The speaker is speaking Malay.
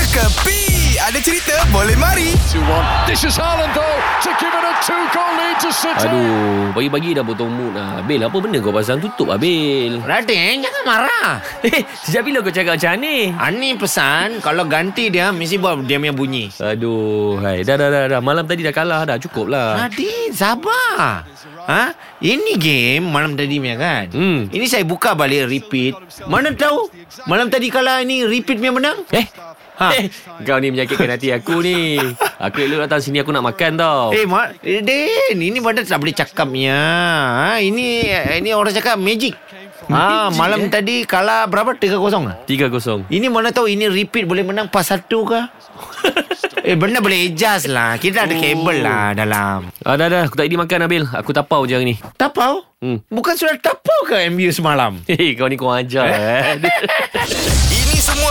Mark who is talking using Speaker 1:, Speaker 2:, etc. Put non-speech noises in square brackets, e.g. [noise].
Speaker 1: Kepi Ada cerita boleh mari
Speaker 2: 2-1. This is Haaland though to give it a two-goal lead to City.
Speaker 3: Aduh, pagi-pagi dah potong mood lah. Bil, apa benda kau pasang tutup lah, Bil?
Speaker 4: Radin, jangan marah.
Speaker 3: Eh, sejak bila kau cakap macam ni?
Speaker 4: Ani pesan, kalau ganti dia, mesti buat dia punya bunyi.
Speaker 3: Aduh, hai. Dah, dah, dah, dah. Malam tadi dah kalah dah. Cukup lah.
Speaker 4: Radin, sabar. Ha? Ini game malam tadi punya kan?
Speaker 3: Hmm.
Speaker 4: Ini saya buka balik repeat. Mana tahu malam tadi kalah ini repeat punya menang?
Speaker 3: Eh?
Speaker 4: Ha.
Speaker 3: Eh, kau ni menyakitkan hati aku ni. Aku elok datang sini aku nak makan tau.
Speaker 4: Eh, Mak, Radin, ini mana tak boleh cakapnya. Ha? Ini ini orang cakap magic. Ha,
Speaker 3: eh.
Speaker 4: malam tadi kalah berapa? 3-0 lah.
Speaker 3: 3-0.
Speaker 4: Ini mana tahu ini repeat boleh menang pas satu ke? eh benda boleh adjust lah. Kita ada kabel lah dalam.
Speaker 3: Ah, dah, dah. Aku tak jadi makan, Abil. Aku tapau je hari ni. [laughs]
Speaker 4: Tapau?
Speaker 3: Hmm.
Speaker 4: Bukan sudah tapau ke MU semalam?
Speaker 3: Hei, kau ni kau ajar eh.
Speaker 1: Ini semua